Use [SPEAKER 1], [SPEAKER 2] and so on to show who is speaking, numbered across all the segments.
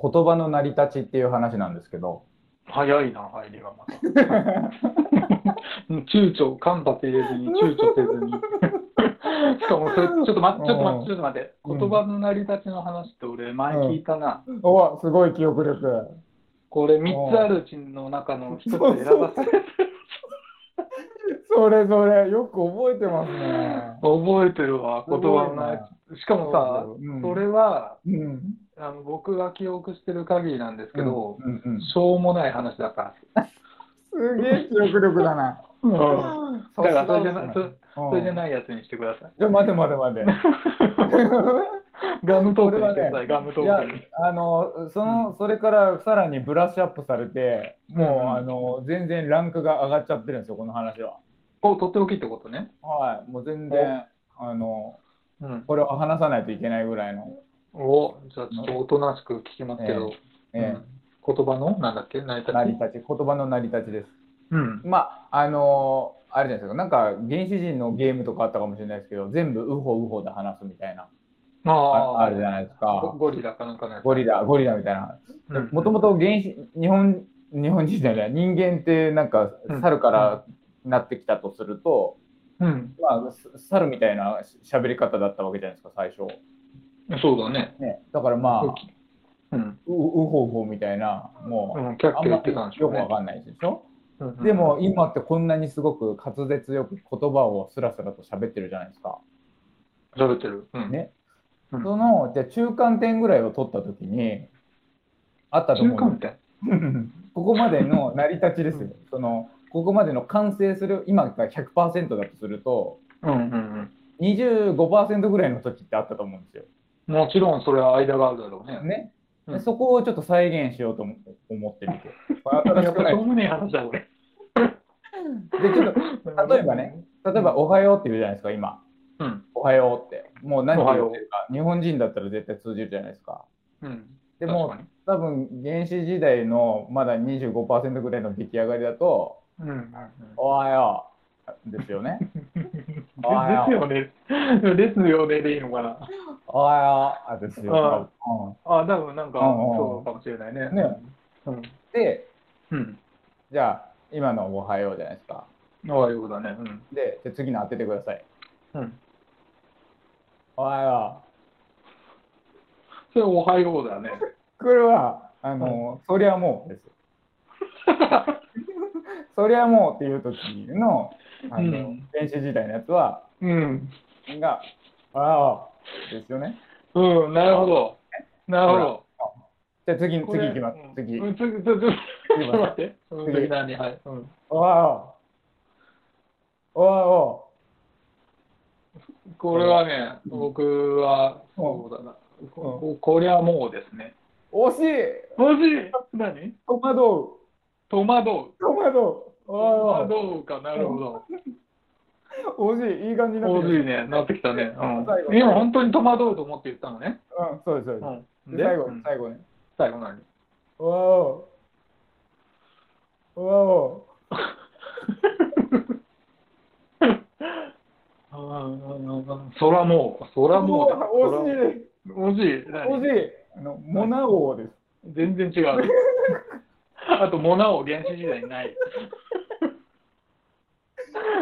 [SPEAKER 1] 言葉の成り立ちっていう話なんですけど、
[SPEAKER 2] 早いな、入りがまた。 躊躇、間髪入れずに、躊躇 せずに。しかもそれ、ちょっと待って、ちょっと待って、ちょっと待って。
[SPEAKER 1] うん
[SPEAKER 2] 言葉の成り立ちの話って俺、前聞いたな。
[SPEAKER 1] おすごい記憶力。
[SPEAKER 2] これ、3つあるうちの中の1つ選ばせて、
[SPEAKER 1] それそれ、よく覚えてますね。
[SPEAKER 2] 覚えてるわ、言葉の成り立ち。しかもさ、
[SPEAKER 1] うん
[SPEAKER 2] それは、
[SPEAKER 1] うん。
[SPEAKER 2] あの僕が記憶してる限りなんですけど、
[SPEAKER 1] うんうん
[SPEAKER 2] しょうもない話だから。
[SPEAKER 1] すげえ記憶力だな。
[SPEAKER 2] だからそれじゃな、そ
[SPEAKER 1] そ
[SPEAKER 2] それじゃ
[SPEAKER 1] い。
[SPEAKER 2] ないやつにしてください。
[SPEAKER 1] いや、待て待て待て。
[SPEAKER 2] ガム
[SPEAKER 1] こ
[SPEAKER 2] トーク
[SPEAKER 1] れは
[SPEAKER 2] にして
[SPEAKER 1] ね
[SPEAKER 2] ください、ガムト
[SPEAKER 1] いや
[SPEAKER 2] ークに。
[SPEAKER 1] あのそのそれからさらにブラッシュアップされて、もうあの全然ランクが上がっちゃってるんですよ、この話は。
[SPEAKER 2] お、とっておきってことね。
[SPEAKER 1] はい、もう全然あの
[SPEAKER 2] うん。
[SPEAKER 1] これを話さないといけないぐらいの、
[SPEAKER 2] お、じゃあちょっとおとなしく聞きますけど、
[SPEAKER 1] え
[SPEAKER 2] うん言葉の、なんだっけ、成り立
[SPEAKER 1] ー成り
[SPEAKER 2] ち。
[SPEAKER 1] 立ち、言葉の成り立ちです。
[SPEAKER 2] うん。
[SPEAKER 1] まああのあれじゃないですか、なんか原始人のゲームとかあったかもしれないですけど、全部ウホウホで話すみたいな、
[SPEAKER 2] あ
[SPEAKER 1] あ
[SPEAKER 2] あ、
[SPEAKER 1] あるじゃないですか
[SPEAKER 2] ゴ。ゴリラかなんかのやつ。
[SPEAKER 1] ゴリラ、ゴリラみたいな。
[SPEAKER 2] うん
[SPEAKER 1] もともと原始、日本、日本人じゃない、人間ってなんか
[SPEAKER 2] うん
[SPEAKER 1] 猿からなってきたとすると、
[SPEAKER 2] うん。
[SPEAKER 1] まあ、す猿みたいなし喋り方だったわけじゃないですか、最初。
[SPEAKER 2] そうだね。
[SPEAKER 1] ね、だからまあ、う
[SPEAKER 2] うん。
[SPEAKER 1] うほうほうみたいな、
[SPEAKER 2] う
[SPEAKER 1] も
[SPEAKER 2] ん、キャ
[SPEAKER 1] う、
[SPEAKER 2] ッ
[SPEAKER 1] あん
[SPEAKER 2] キャ言
[SPEAKER 1] ま
[SPEAKER 2] ってたんでし
[SPEAKER 1] よ
[SPEAKER 2] ょう
[SPEAKER 1] く
[SPEAKER 2] ね
[SPEAKER 1] わ。かんないでしょ。
[SPEAKER 2] うんうん
[SPEAKER 1] でも、今ってこんなにすごく滑舌よく言葉をスラスラと喋ってるじゃないですか。
[SPEAKER 2] 喋ってる。うん。
[SPEAKER 1] ね。
[SPEAKER 2] うん
[SPEAKER 1] その、じゃあ中間点ぐらいを取ったときに、あったと思
[SPEAKER 2] 中
[SPEAKER 1] う。
[SPEAKER 2] 間点。
[SPEAKER 1] うんここまで の成り立ちですよ。そのここまでの完成する今が100%だとすると
[SPEAKER 2] うんうん
[SPEAKER 1] 25%ぐらいの時ってあったと思うんですよ。
[SPEAKER 2] うん。もちろんそれは間があるだろうね。
[SPEAKER 1] ね。で
[SPEAKER 2] うん
[SPEAKER 1] そこをちょっと再現しようと思思って みて。これ新
[SPEAKER 2] や
[SPEAKER 1] し
[SPEAKER 2] っぱ
[SPEAKER 1] くない
[SPEAKER 2] しょうもねえ話だ、これ。
[SPEAKER 1] でちょっ例えばね。と例えば「おはよう」って言うじゃないですか今。
[SPEAKER 2] うん。
[SPEAKER 1] おはようって。もう何
[SPEAKER 2] お
[SPEAKER 1] て
[SPEAKER 2] は
[SPEAKER 1] 言
[SPEAKER 2] よう
[SPEAKER 1] ってるか日本人だったら絶対通じるじゃないですか。
[SPEAKER 2] うん。
[SPEAKER 1] でも
[SPEAKER 2] 確か
[SPEAKER 1] 多分原始時代のまだ25%ぐらいの出来上がりだと
[SPEAKER 2] に、うんうんうん。
[SPEAKER 1] 「おはよう」ですよ ね。おはよ
[SPEAKER 2] ですよね。ですよねでいいのかな。
[SPEAKER 1] おはようあですよ。うん
[SPEAKER 2] あ、多分なんか、
[SPEAKER 1] うんうん
[SPEAKER 2] そうかもしれないね。
[SPEAKER 1] ね
[SPEAKER 2] うん。
[SPEAKER 1] で
[SPEAKER 2] うん。
[SPEAKER 1] じゃあ今の「おはよう」じゃないですか
[SPEAKER 2] ああ、いうことだね。うん。
[SPEAKER 1] でじゃあ次の当ててください
[SPEAKER 2] うん。
[SPEAKER 1] 「おはよ
[SPEAKER 2] それ、おはようだね。
[SPEAKER 1] う」これはあの、そりゃもうですそりゃもうっていう時のあの、
[SPEAKER 2] うん
[SPEAKER 1] 電子時代のやつは
[SPEAKER 2] うん。
[SPEAKER 1] が「おはよう」ですよね
[SPEAKER 2] うん、なるほど。なるほど。
[SPEAKER 1] じゃあ次次
[SPEAKER 2] これ
[SPEAKER 1] 行きます
[SPEAKER 2] うん
[SPEAKER 1] 次
[SPEAKER 2] うん次、次、ちょっ
[SPEAKER 1] 次
[SPEAKER 2] と
[SPEAKER 1] 行き
[SPEAKER 2] 待
[SPEAKER 1] ま
[SPEAKER 2] っ
[SPEAKER 1] す
[SPEAKER 2] て。うん次何はい。うん。
[SPEAKER 1] おはようおはよ
[SPEAKER 2] これはね、
[SPEAKER 1] うん
[SPEAKER 2] 僕は、そうだな。こここりゃもうですね。
[SPEAKER 1] う惜しい
[SPEAKER 2] もし、何
[SPEAKER 1] 戸惑う
[SPEAKER 2] 戸惑う。
[SPEAKER 1] 戸惑うお
[SPEAKER 2] 戸
[SPEAKER 1] はよ
[SPEAKER 2] 惑うか、なるほど。
[SPEAKER 1] う惜しいいい感じになって
[SPEAKER 2] 大
[SPEAKER 1] き
[SPEAKER 2] いね、なってきたね。うん
[SPEAKER 1] 最後
[SPEAKER 2] 今、本当に戸惑うと思って言ったのね。
[SPEAKER 1] たうんそうですそうです、
[SPEAKER 2] うん
[SPEAKER 1] で
[SPEAKER 2] で
[SPEAKER 1] 最後
[SPEAKER 2] うん
[SPEAKER 1] 最後ね
[SPEAKER 2] 最後何
[SPEAKER 1] おわお。おわお。
[SPEAKER 2] そらもう、そらもうだ。
[SPEAKER 1] 惜
[SPEAKER 2] そ
[SPEAKER 1] しい。
[SPEAKER 2] らもう惜しい。何
[SPEAKER 1] 惜しい。あの、モナ王です。
[SPEAKER 2] 全然違う。あと、モナオ原始時代にない。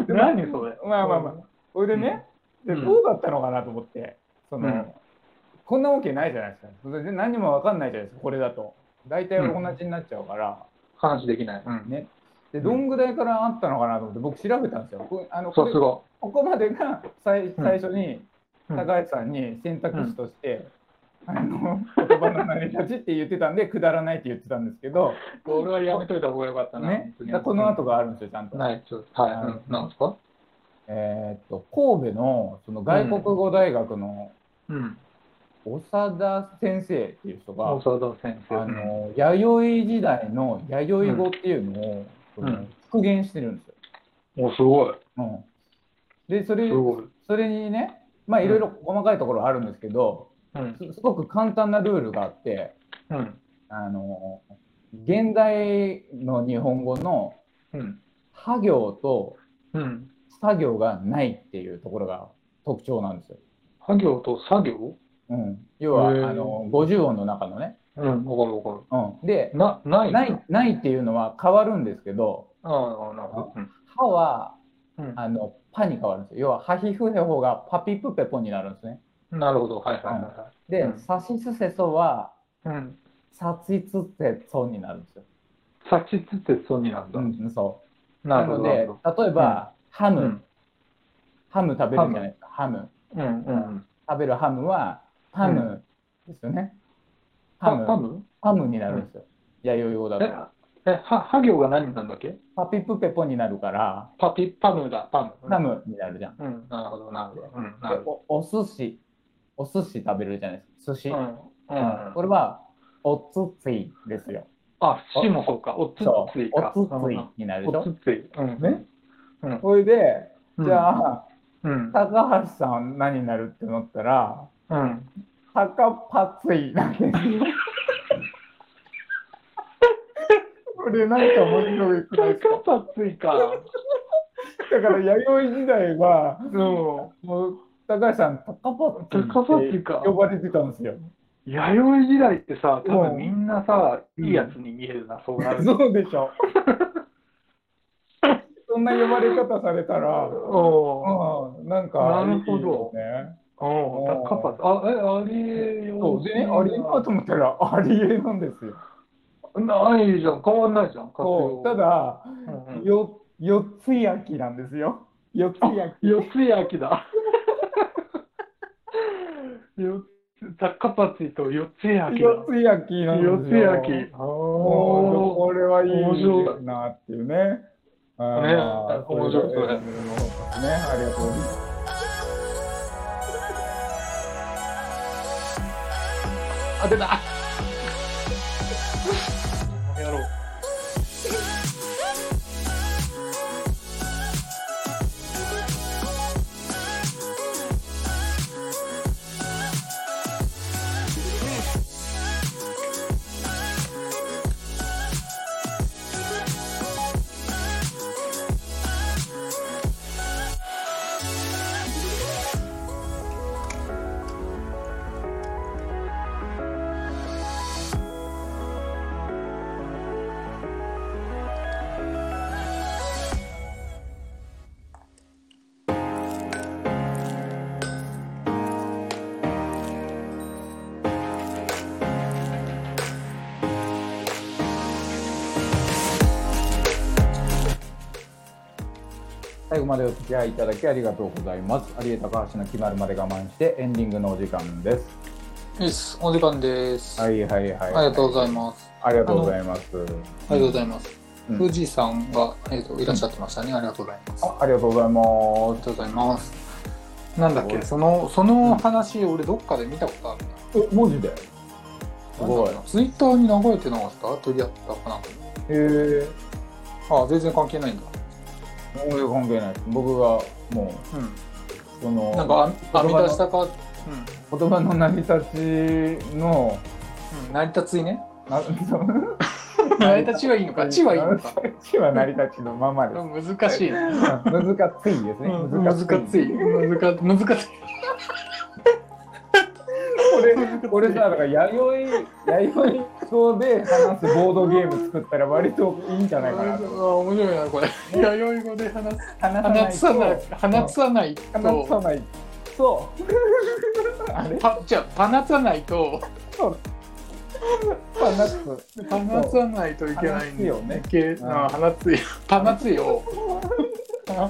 [SPEAKER 2] 何それ。
[SPEAKER 1] まあまあまあ。それでね、
[SPEAKER 2] う
[SPEAKER 1] で
[SPEAKER 2] ん
[SPEAKER 1] どうだったのかなと思って、その、
[SPEAKER 2] うん
[SPEAKER 1] こんなわけないじゃないですか。それで何もわかんないじゃないですか、これだと。大体同じになっちゃうから、
[SPEAKER 2] 話できない。うん。
[SPEAKER 1] ね。で、どんぐらいからあったのかなと思って、僕調べたんですよ。こあのこ
[SPEAKER 2] さ
[SPEAKER 1] れ
[SPEAKER 2] すが。
[SPEAKER 1] ここまでが最最初に、
[SPEAKER 2] うん
[SPEAKER 1] 高橋さんに選択肢として、あの言葉の成り立ちって言ってたんで、くだらないって言ってたんですけど、
[SPEAKER 2] これはやめといた方がよかったな。
[SPEAKER 1] ね、だか
[SPEAKER 2] 本当に
[SPEAKER 1] らこの後があるんですよ、ちゃんと。
[SPEAKER 2] ない、ちょっと。はい。
[SPEAKER 1] はい
[SPEAKER 2] うん。なんですか
[SPEAKER 1] えーっと、神戸のその外国語大学の
[SPEAKER 2] うん。
[SPEAKER 1] 長田先生っていう人が、
[SPEAKER 2] 大沢先生。
[SPEAKER 1] あの弥生時代の弥生語っていうのを、その
[SPEAKER 2] うん
[SPEAKER 1] 復元してるんですよ。
[SPEAKER 2] うんお、すごい。
[SPEAKER 1] うん、で、それ
[SPEAKER 2] す、ごい。
[SPEAKER 1] それにね、まあいろいろ細かいところあるんですけど、
[SPEAKER 2] うん。
[SPEAKER 1] すすごく簡単なルールがあって、
[SPEAKER 2] うん。
[SPEAKER 1] あの現代の日本語の
[SPEAKER 2] うん。
[SPEAKER 1] は行と
[SPEAKER 2] うん。
[SPEAKER 1] 作業がないっていうところが特徴なんですよ。
[SPEAKER 2] 作業と作業
[SPEAKER 1] うん、要はあ
[SPEAKER 2] へー
[SPEAKER 1] の50音の中のね
[SPEAKER 2] うん、わかるわか
[SPEAKER 1] うん、で
[SPEAKER 2] る。な、ない。
[SPEAKER 1] ない。ないっていうのは変わるんですけど
[SPEAKER 2] ああ、なるほど。うん
[SPEAKER 1] 歯は
[SPEAKER 2] うん
[SPEAKER 1] あのパに変わるんですよ要は歯皮膚の方がパピプペポになるんですね
[SPEAKER 2] なるほど、はいはいは
[SPEAKER 1] で、
[SPEAKER 2] うん。
[SPEAKER 1] サシスセソはい
[SPEAKER 2] うん。
[SPEAKER 1] サチツセソになるんですよ、
[SPEAKER 2] さちつてそうになるんだ
[SPEAKER 1] う。ん、そう
[SPEAKER 2] な
[SPEAKER 1] な
[SPEAKER 2] るほ
[SPEAKER 1] の
[SPEAKER 2] ど。
[SPEAKER 1] で
[SPEAKER 2] な
[SPEAKER 1] 例
[SPEAKER 2] るほ
[SPEAKER 1] えば、ハ
[SPEAKER 2] ど
[SPEAKER 1] ム、。ハム食べるじゃないですかハム
[SPEAKER 2] うんうんうん。
[SPEAKER 1] 食べるハムはパムですよね、ハム
[SPEAKER 2] パム
[SPEAKER 1] パムになるんですよ、弥生語だ
[SPEAKER 2] え
[SPEAKER 1] と、
[SPEAKER 2] え、は、は行が何なんだっけ
[SPEAKER 1] パピプペポになるから
[SPEAKER 2] パピ、パムだ、パム。
[SPEAKER 1] ハ。ムになるじゃん、
[SPEAKER 2] うん、なるほど、なるほど。うん、なる
[SPEAKER 1] で
[SPEAKER 2] ほ
[SPEAKER 1] おお寿司お寿司食べるじゃないですか寿司、
[SPEAKER 2] ど。うん。うん
[SPEAKER 1] これはおつついですよ
[SPEAKER 2] あ、しもそうか。おつ
[SPEAKER 1] そう
[SPEAKER 2] ついか。
[SPEAKER 1] おつついになるでし
[SPEAKER 2] お
[SPEAKER 1] ょ
[SPEAKER 2] つつい。うん。
[SPEAKER 1] ね
[SPEAKER 2] うん。
[SPEAKER 1] それでじゃあ、
[SPEAKER 2] うん。
[SPEAKER 1] 高橋さん何になるって思ったら
[SPEAKER 2] うん。
[SPEAKER 1] 高パツイなんですよこれなんか面白いくないですか
[SPEAKER 2] 高パついか。
[SPEAKER 1] だから弥生時代は
[SPEAKER 2] そ
[SPEAKER 1] もう高橋さん高パツイ
[SPEAKER 2] 高パ
[SPEAKER 1] っ
[SPEAKER 2] ツ
[SPEAKER 1] て
[SPEAKER 2] イか
[SPEAKER 1] 呼ばれてたんですよ
[SPEAKER 2] う。弥生時代ってさ、多
[SPEAKER 1] うん
[SPEAKER 2] 分みんなさ、いいやつに見えるな、そうなると。
[SPEAKER 1] そうでしょそんな呼ばれ方されたら
[SPEAKER 2] おー
[SPEAKER 1] うんなんか
[SPEAKER 2] なるほ
[SPEAKER 1] いい
[SPEAKER 2] ど
[SPEAKER 1] よね
[SPEAKER 2] おー高パツ。あ、え、ありえ
[SPEAKER 1] そうでねありえなと思ったら ありえなんですよ
[SPEAKER 2] ないじゃん、変わんないじゃん、活
[SPEAKER 1] そ
[SPEAKER 2] 用
[SPEAKER 1] う。ただ
[SPEAKER 2] うんうん、
[SPEAKER 1] よ四つ焼きなんですよ四つ焼き
[SPEAKER 2] 四つ焼きだ。 四つ、雑貨パチと四つ焼きだ。
[SPEAKER 1] 四つ焼きなん
[SPEAKER 2] 四
[SPEAKER 1] です
[SPEAKER 2] つ
[SPEAKER 1] よ
[SPEAKER 2] 焼き。
[SPEAKER 1] もう
[SPEAKER 2] お
[SPEAKER 1] これはい
[SPEAKER 2] 面白
[SPEAKER 1] いなっていうね。あー
[SPEAKER 2] ね
[SPEAKER 1] まあ
[SPEAKER 2] 面白い
[SPEAKER 1] それがエンディングの方ですね。ありがとうございます。
[SPEAKER 2] ーあ、出た。この野郎。
[SPEAKER 1] 最後までお付き合いいただきありがとうございます。有江高橋の決まるまで我慢してエンディングのお時間です。
[SPEAKER 2] です。お時間です。
[SPEAKER 1] はいはいはい。
[SPEAKER 2] ありがとうございます。
[SPEAKER 1] ありがとうございます。
[SPEAKER 2] ありがとうございます。
[SPEAKER 1] うん
[SPEAKER 2] 富士さんが、えっ、と、いらっしゃってましたね。ありがとうございます。あ
[SPEAKER 1] あありがとうございま
[SPEAKER 2] りがとうございます。なんだっ
[SPEAKER 1] すご
[SPEAKER 2] け、
[SPEAKER 1] い
[SPEAKER 2] その、その話、俺どっかで見たことあるな。
[SPEAKER 1] す。え、文字で。すごい
[SPEAKER 2] なんだっけなツイッターに流れてなかった取り合ったかなんか
[SPEAKER 1] へえ。
[SPEAKER 2] ああ、全然関係ないんだ。
[SPEAKER 1] 全然関係ないです。僕がも
[SPEAKER 2] う
[SPEAKER 1] うその
[SPEAKER 2] ん。なんか、あ
[SPEAKER 1] 言葉の
[SPEAKER 2] 編み出したか、うん。
[SPEAKER 1] 言葉の成り立ちの
[SPEAKER 2] うん、成り立つい ね。
[SPEAKER 1] な
[SPEAKER 2] 成り立ちはいいのか、ちはいいのか。
[SPEAKER 1] 地は成り立ちのままです。
[SPEAKER 2] 難しいね。
[SPEAKER 1] 難しいですね。
[SPEAKER 2] うん難しい。難難しい。
[SPEAKER 1] 俺、俺さ、だから弥生、弥生島で話すボードゲーム作ったら割といいんじゃないかな
[SPEAKER 2] あ
[SPEAKER 1] と。
[SPEAKER 2] 面白いな、これ。弥生語で話す。
[SPEAKER 1] 話
[SPEAKER 2] 話
[SPEAKER 1] さ
[SPEAKER 2] さ
[SPEAKER 1] な
[SPEAKER 2] ないい、話さない
[SPEAKER 1] と。話さない。そう。
[SPEAKER 2] と。
[SPEAKER 1] あれ
[SPEAKER 2] パじゃあ、話さないと、
[SPEAKER 1] 話す。
[SPEAKER 2] 話さないといけないんだ
[SPEAKER 1] 話すよね
[SPEAKER 2] いけ
[SPEAKER 1] うん
[SPEAKER 2] あ話すよ。話すよ。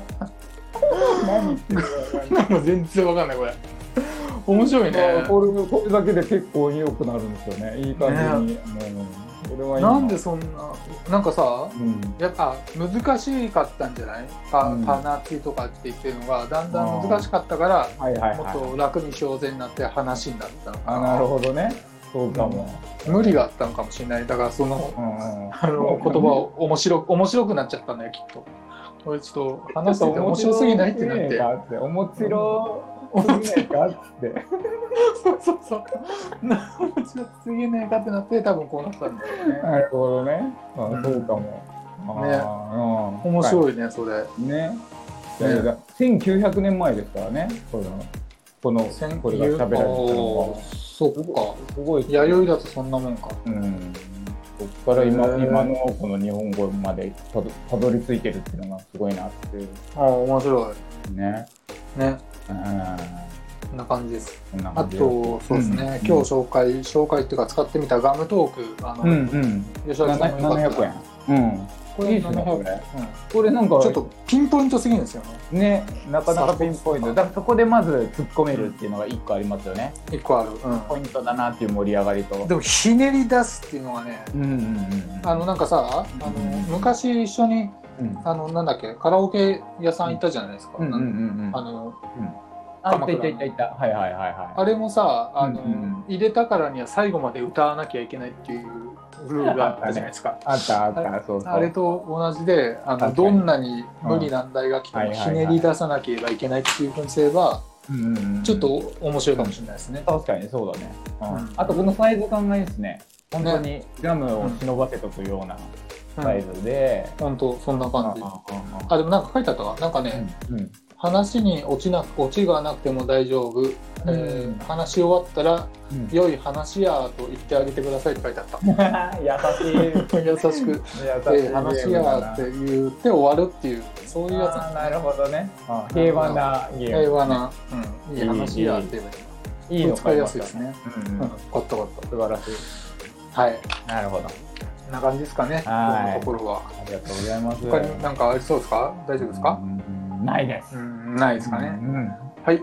[SPEAKER 1] 何言ってるかわかんない
[SPEAKER 2] なんか全然わかんない、これ。面白いね。
[SPEAKER 1] これこれだけで結構良くなるんですよね。いい感じに。うん、これはいい
[SPEAKER 2] なんでそんな、なんかさ、
[SPEAKER 1] うん。
[SPEAKER 2] やっぱ難しかったんじゃないパ,、
[SPEAKER 1] うん
[SPEAKER 2] パナティとかって言ってるのがだんだん難しかったから
[SPEAKER 1] はいはい
[SPEAKER 2] もっ
[SPEAKER 1] は
[SPEAKER 2] と楽に表現になって話になったの
[SPEAKER 1] い。
[SPEAKER 2] か
[SPEAKER 1] あ、
[SPEAKER 2] な
[SPEAKER 1] なるほどね。そうかも。
[SPEAKER 2] 無理があったのかもしれないだからその
[SPEAKER 1] うんうん。
[SPEAKER 2] あの言葉を面白面白くなっちゃったんだよきっとこれちょっと話してて面白すぎないってなって
[SPEAKER 1] て。面白すぎないかって。
[SPEAKER 2] そうそうそう面白すぎないかってなって多分こうなったんだよね
[SPEAKER 1] なるほどね。あ
[SPEAKER 2] うん
[SPEAKER 1] そうかも。あーうん
[SPEAKER 2] 面白いねそれ
[SPEAKER 1] ね。いやいや1900年前ですからね。そうだこの
[SPEAKER 2] 先
[SPEAKER 1] これが喋られてたのが
[SPEAKER 2] そっ
[SPEAKER 1] すごい
[SPEAKER 2] か。弥生だとそんなもんか。
[SPEAKER 1] うんそこから今
[SPEAKER 2] へー
[SPEAKER 1] 今のこの日本語までたどたどり着いてるっていうのがすごいなっていう
[SPEAKER 2] ああ、面白
[SPEAKER 1] ね。
[SPEAKER 2] い。ね。
[SPEAKER 1] うん
[SPEAKER 2] こんな感じです。
[SPEAKER 1] こんな
[SPEAKER 2] あ
[SPEAKER 1] 感じ
[SPEAKER 2] と、そうですね、
[SPEAKER 1] ん
[SPEAKER 2] 今日紹介、紹介っていうか使ってみたガムトーク、あの、
[SPEAKER 1] うんうん。
[SPEAKER 2] 吉田さんもよかっ
[SPEAKER 1] 700
[SPEAKER 2] た
[SPEAKER 1] 円。うん。
[SPEAKER 2] こ
[SPEAKER 1] い
[SPEAKER 2] れ
[SPEAKER 1] いですね、こ
[SPEAKER 2] 700
[SPEAKER 1] れ。
[SPEAKER 2] うん
[SPEAKER 1] これなんか、
[SPEAKER 2] ちょっとピンポイントすぎるんですよね。
[SPEAKER 1] ね、なかなかピンポイント。だからそこでまず突っ込めるっていうのが一個ありますよね。
[SPEAKER 2] 一個ある。う
[SPEAKER 1] ポイントだなっていう盛り上がりと
[SPEAKER 2] ん。。でも、ひねり出すっていうのはね、
[SPEAKER 1] うんうんうん。
[SPEAKER 2] あの、なんかさ、あの、昔一緒に、
[SPEAKER 1] うん、
[SPEAKER 2] あの、なんだっけ、カラオケ屋さん行ったじゃないですか。
[SPEAKER 1] うんうんうんうん。
[SPEAKER 2] あの、
[SPEAKER 1] あ、いたいたいたいた。はいはいはいはい。
[SPEAKER 2] あれもさ、あの、
[SPEAKER 1] うんうんうん
[SPEAKER 2] 入れたからには最後まで歌わなきゃいけないっていうルールがあったじゃないですか。
[SPEAKER 1] あったあった、そうそう。
[SPEAKER 2] あれと同じであ
[SPEAKER 1] 確か
[SPEAKER 2] の
[SPEAKER 1] に
[SPEAKER 2] どんなに無理難題が来て
[SPEAKER 1] うん
[SPEAKER 2] も
[SPEAKER 1] はい
[SPEAKER 2] ひ
[SPEAKER 1] はいはい
[SPEAKER 2] ねり出さなければいけないっていう風にすれば
[SPEAKER 1] うんうんうん
[SPEAKER 2] ちょっと面白いかもしれないですね。
[SPEAKER 1] 確かにそうだね、うん
[SPEAKER 2] うん
[SPEAKER 1] あとこのサイズ感がいいですね本当にガムを忍ばせとくようなサイ
[SPEAKER 2] うん
[SPEAKER 1] ズで、
[SPEAKER 2] 本当そんな
[SPEAKER 1] うん
[SPEAKER 2] 感じ。あでもなんか書いてあったわなんかね、
[SPEAKER 1] うんうん
[SPEAKER 2] 話に落ちなく落ちがなくても大丈夫、えー話し終わったら
[SPEAKER 1] うん優し
[SPEAKER 2] 良い話やと言ってあげてくださいって書いてあった。
[SPEAKER 1] い 優
[SPEAKER 2] 優しく
[SPEAKER 1] しい
[SPEAKER 2] で話やって言って終わるっていうそういうや
[SPEAKER 1] あ
[SPEAKER 2] つん
[SPEAKER 1] ー
[SPEAKER 2] だ
[SPEAKER 1] なるほどねあー平和なゲーム
[SPEAKER 2] 平和な、うん、いい
[SPEAKER 1] いい
[SPEAKER 2] 話やって言えばい
[SPEAKER 1] いいの
[SPEAKER 2] 使いやすいですね、
[SPEAKER 1] うん
[SPEAKER 2] い
[SPEAKER 1] うん
[SPEAKER 2] の、うん、よかったよかっ
[SPEAKER 1] 素晴らしい
[SPEAKER 2] たはい
[SPEAKER 1] なるほど
[SPEAKER 2] こんな感じですかね
[SPEAKER 1] はい
[SPEAKER 2] 今日のところは
[SPEAKER 1] ありがとうございます
[SPEAKER 2] 他に何かありそうですか大丈夫ですか
[SPEAKER 1] うんないです
[SPEAKER 2] うん、ないですかね、
[SPEAKER 1] うんうん
[SPEAKER 2] はい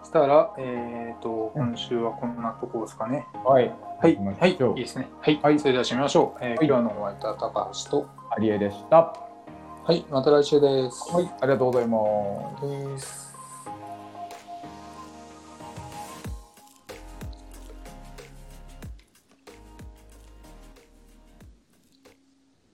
[SPEAKER 2] そしたらえっ、と今週はこんなところですかね
[SPEAKER 1] はい
[SPEAKER 2] はい
[SPEAKER 1] 行きま
[SPEAKER 2] はいい
[SPEAKER 1] しょう
[SPEAKER 2] いですねはい、
[SPEAKER 1] はい
[SPEAKER 2] それでは締めましょう、えー、今日のお相手は高橋と
[SPEAKER 1] アリエでしたは
[SPEAKER 2] はいまた来週です
[SPEAKER 1] いありがとうございます
[SPEAKER 2] です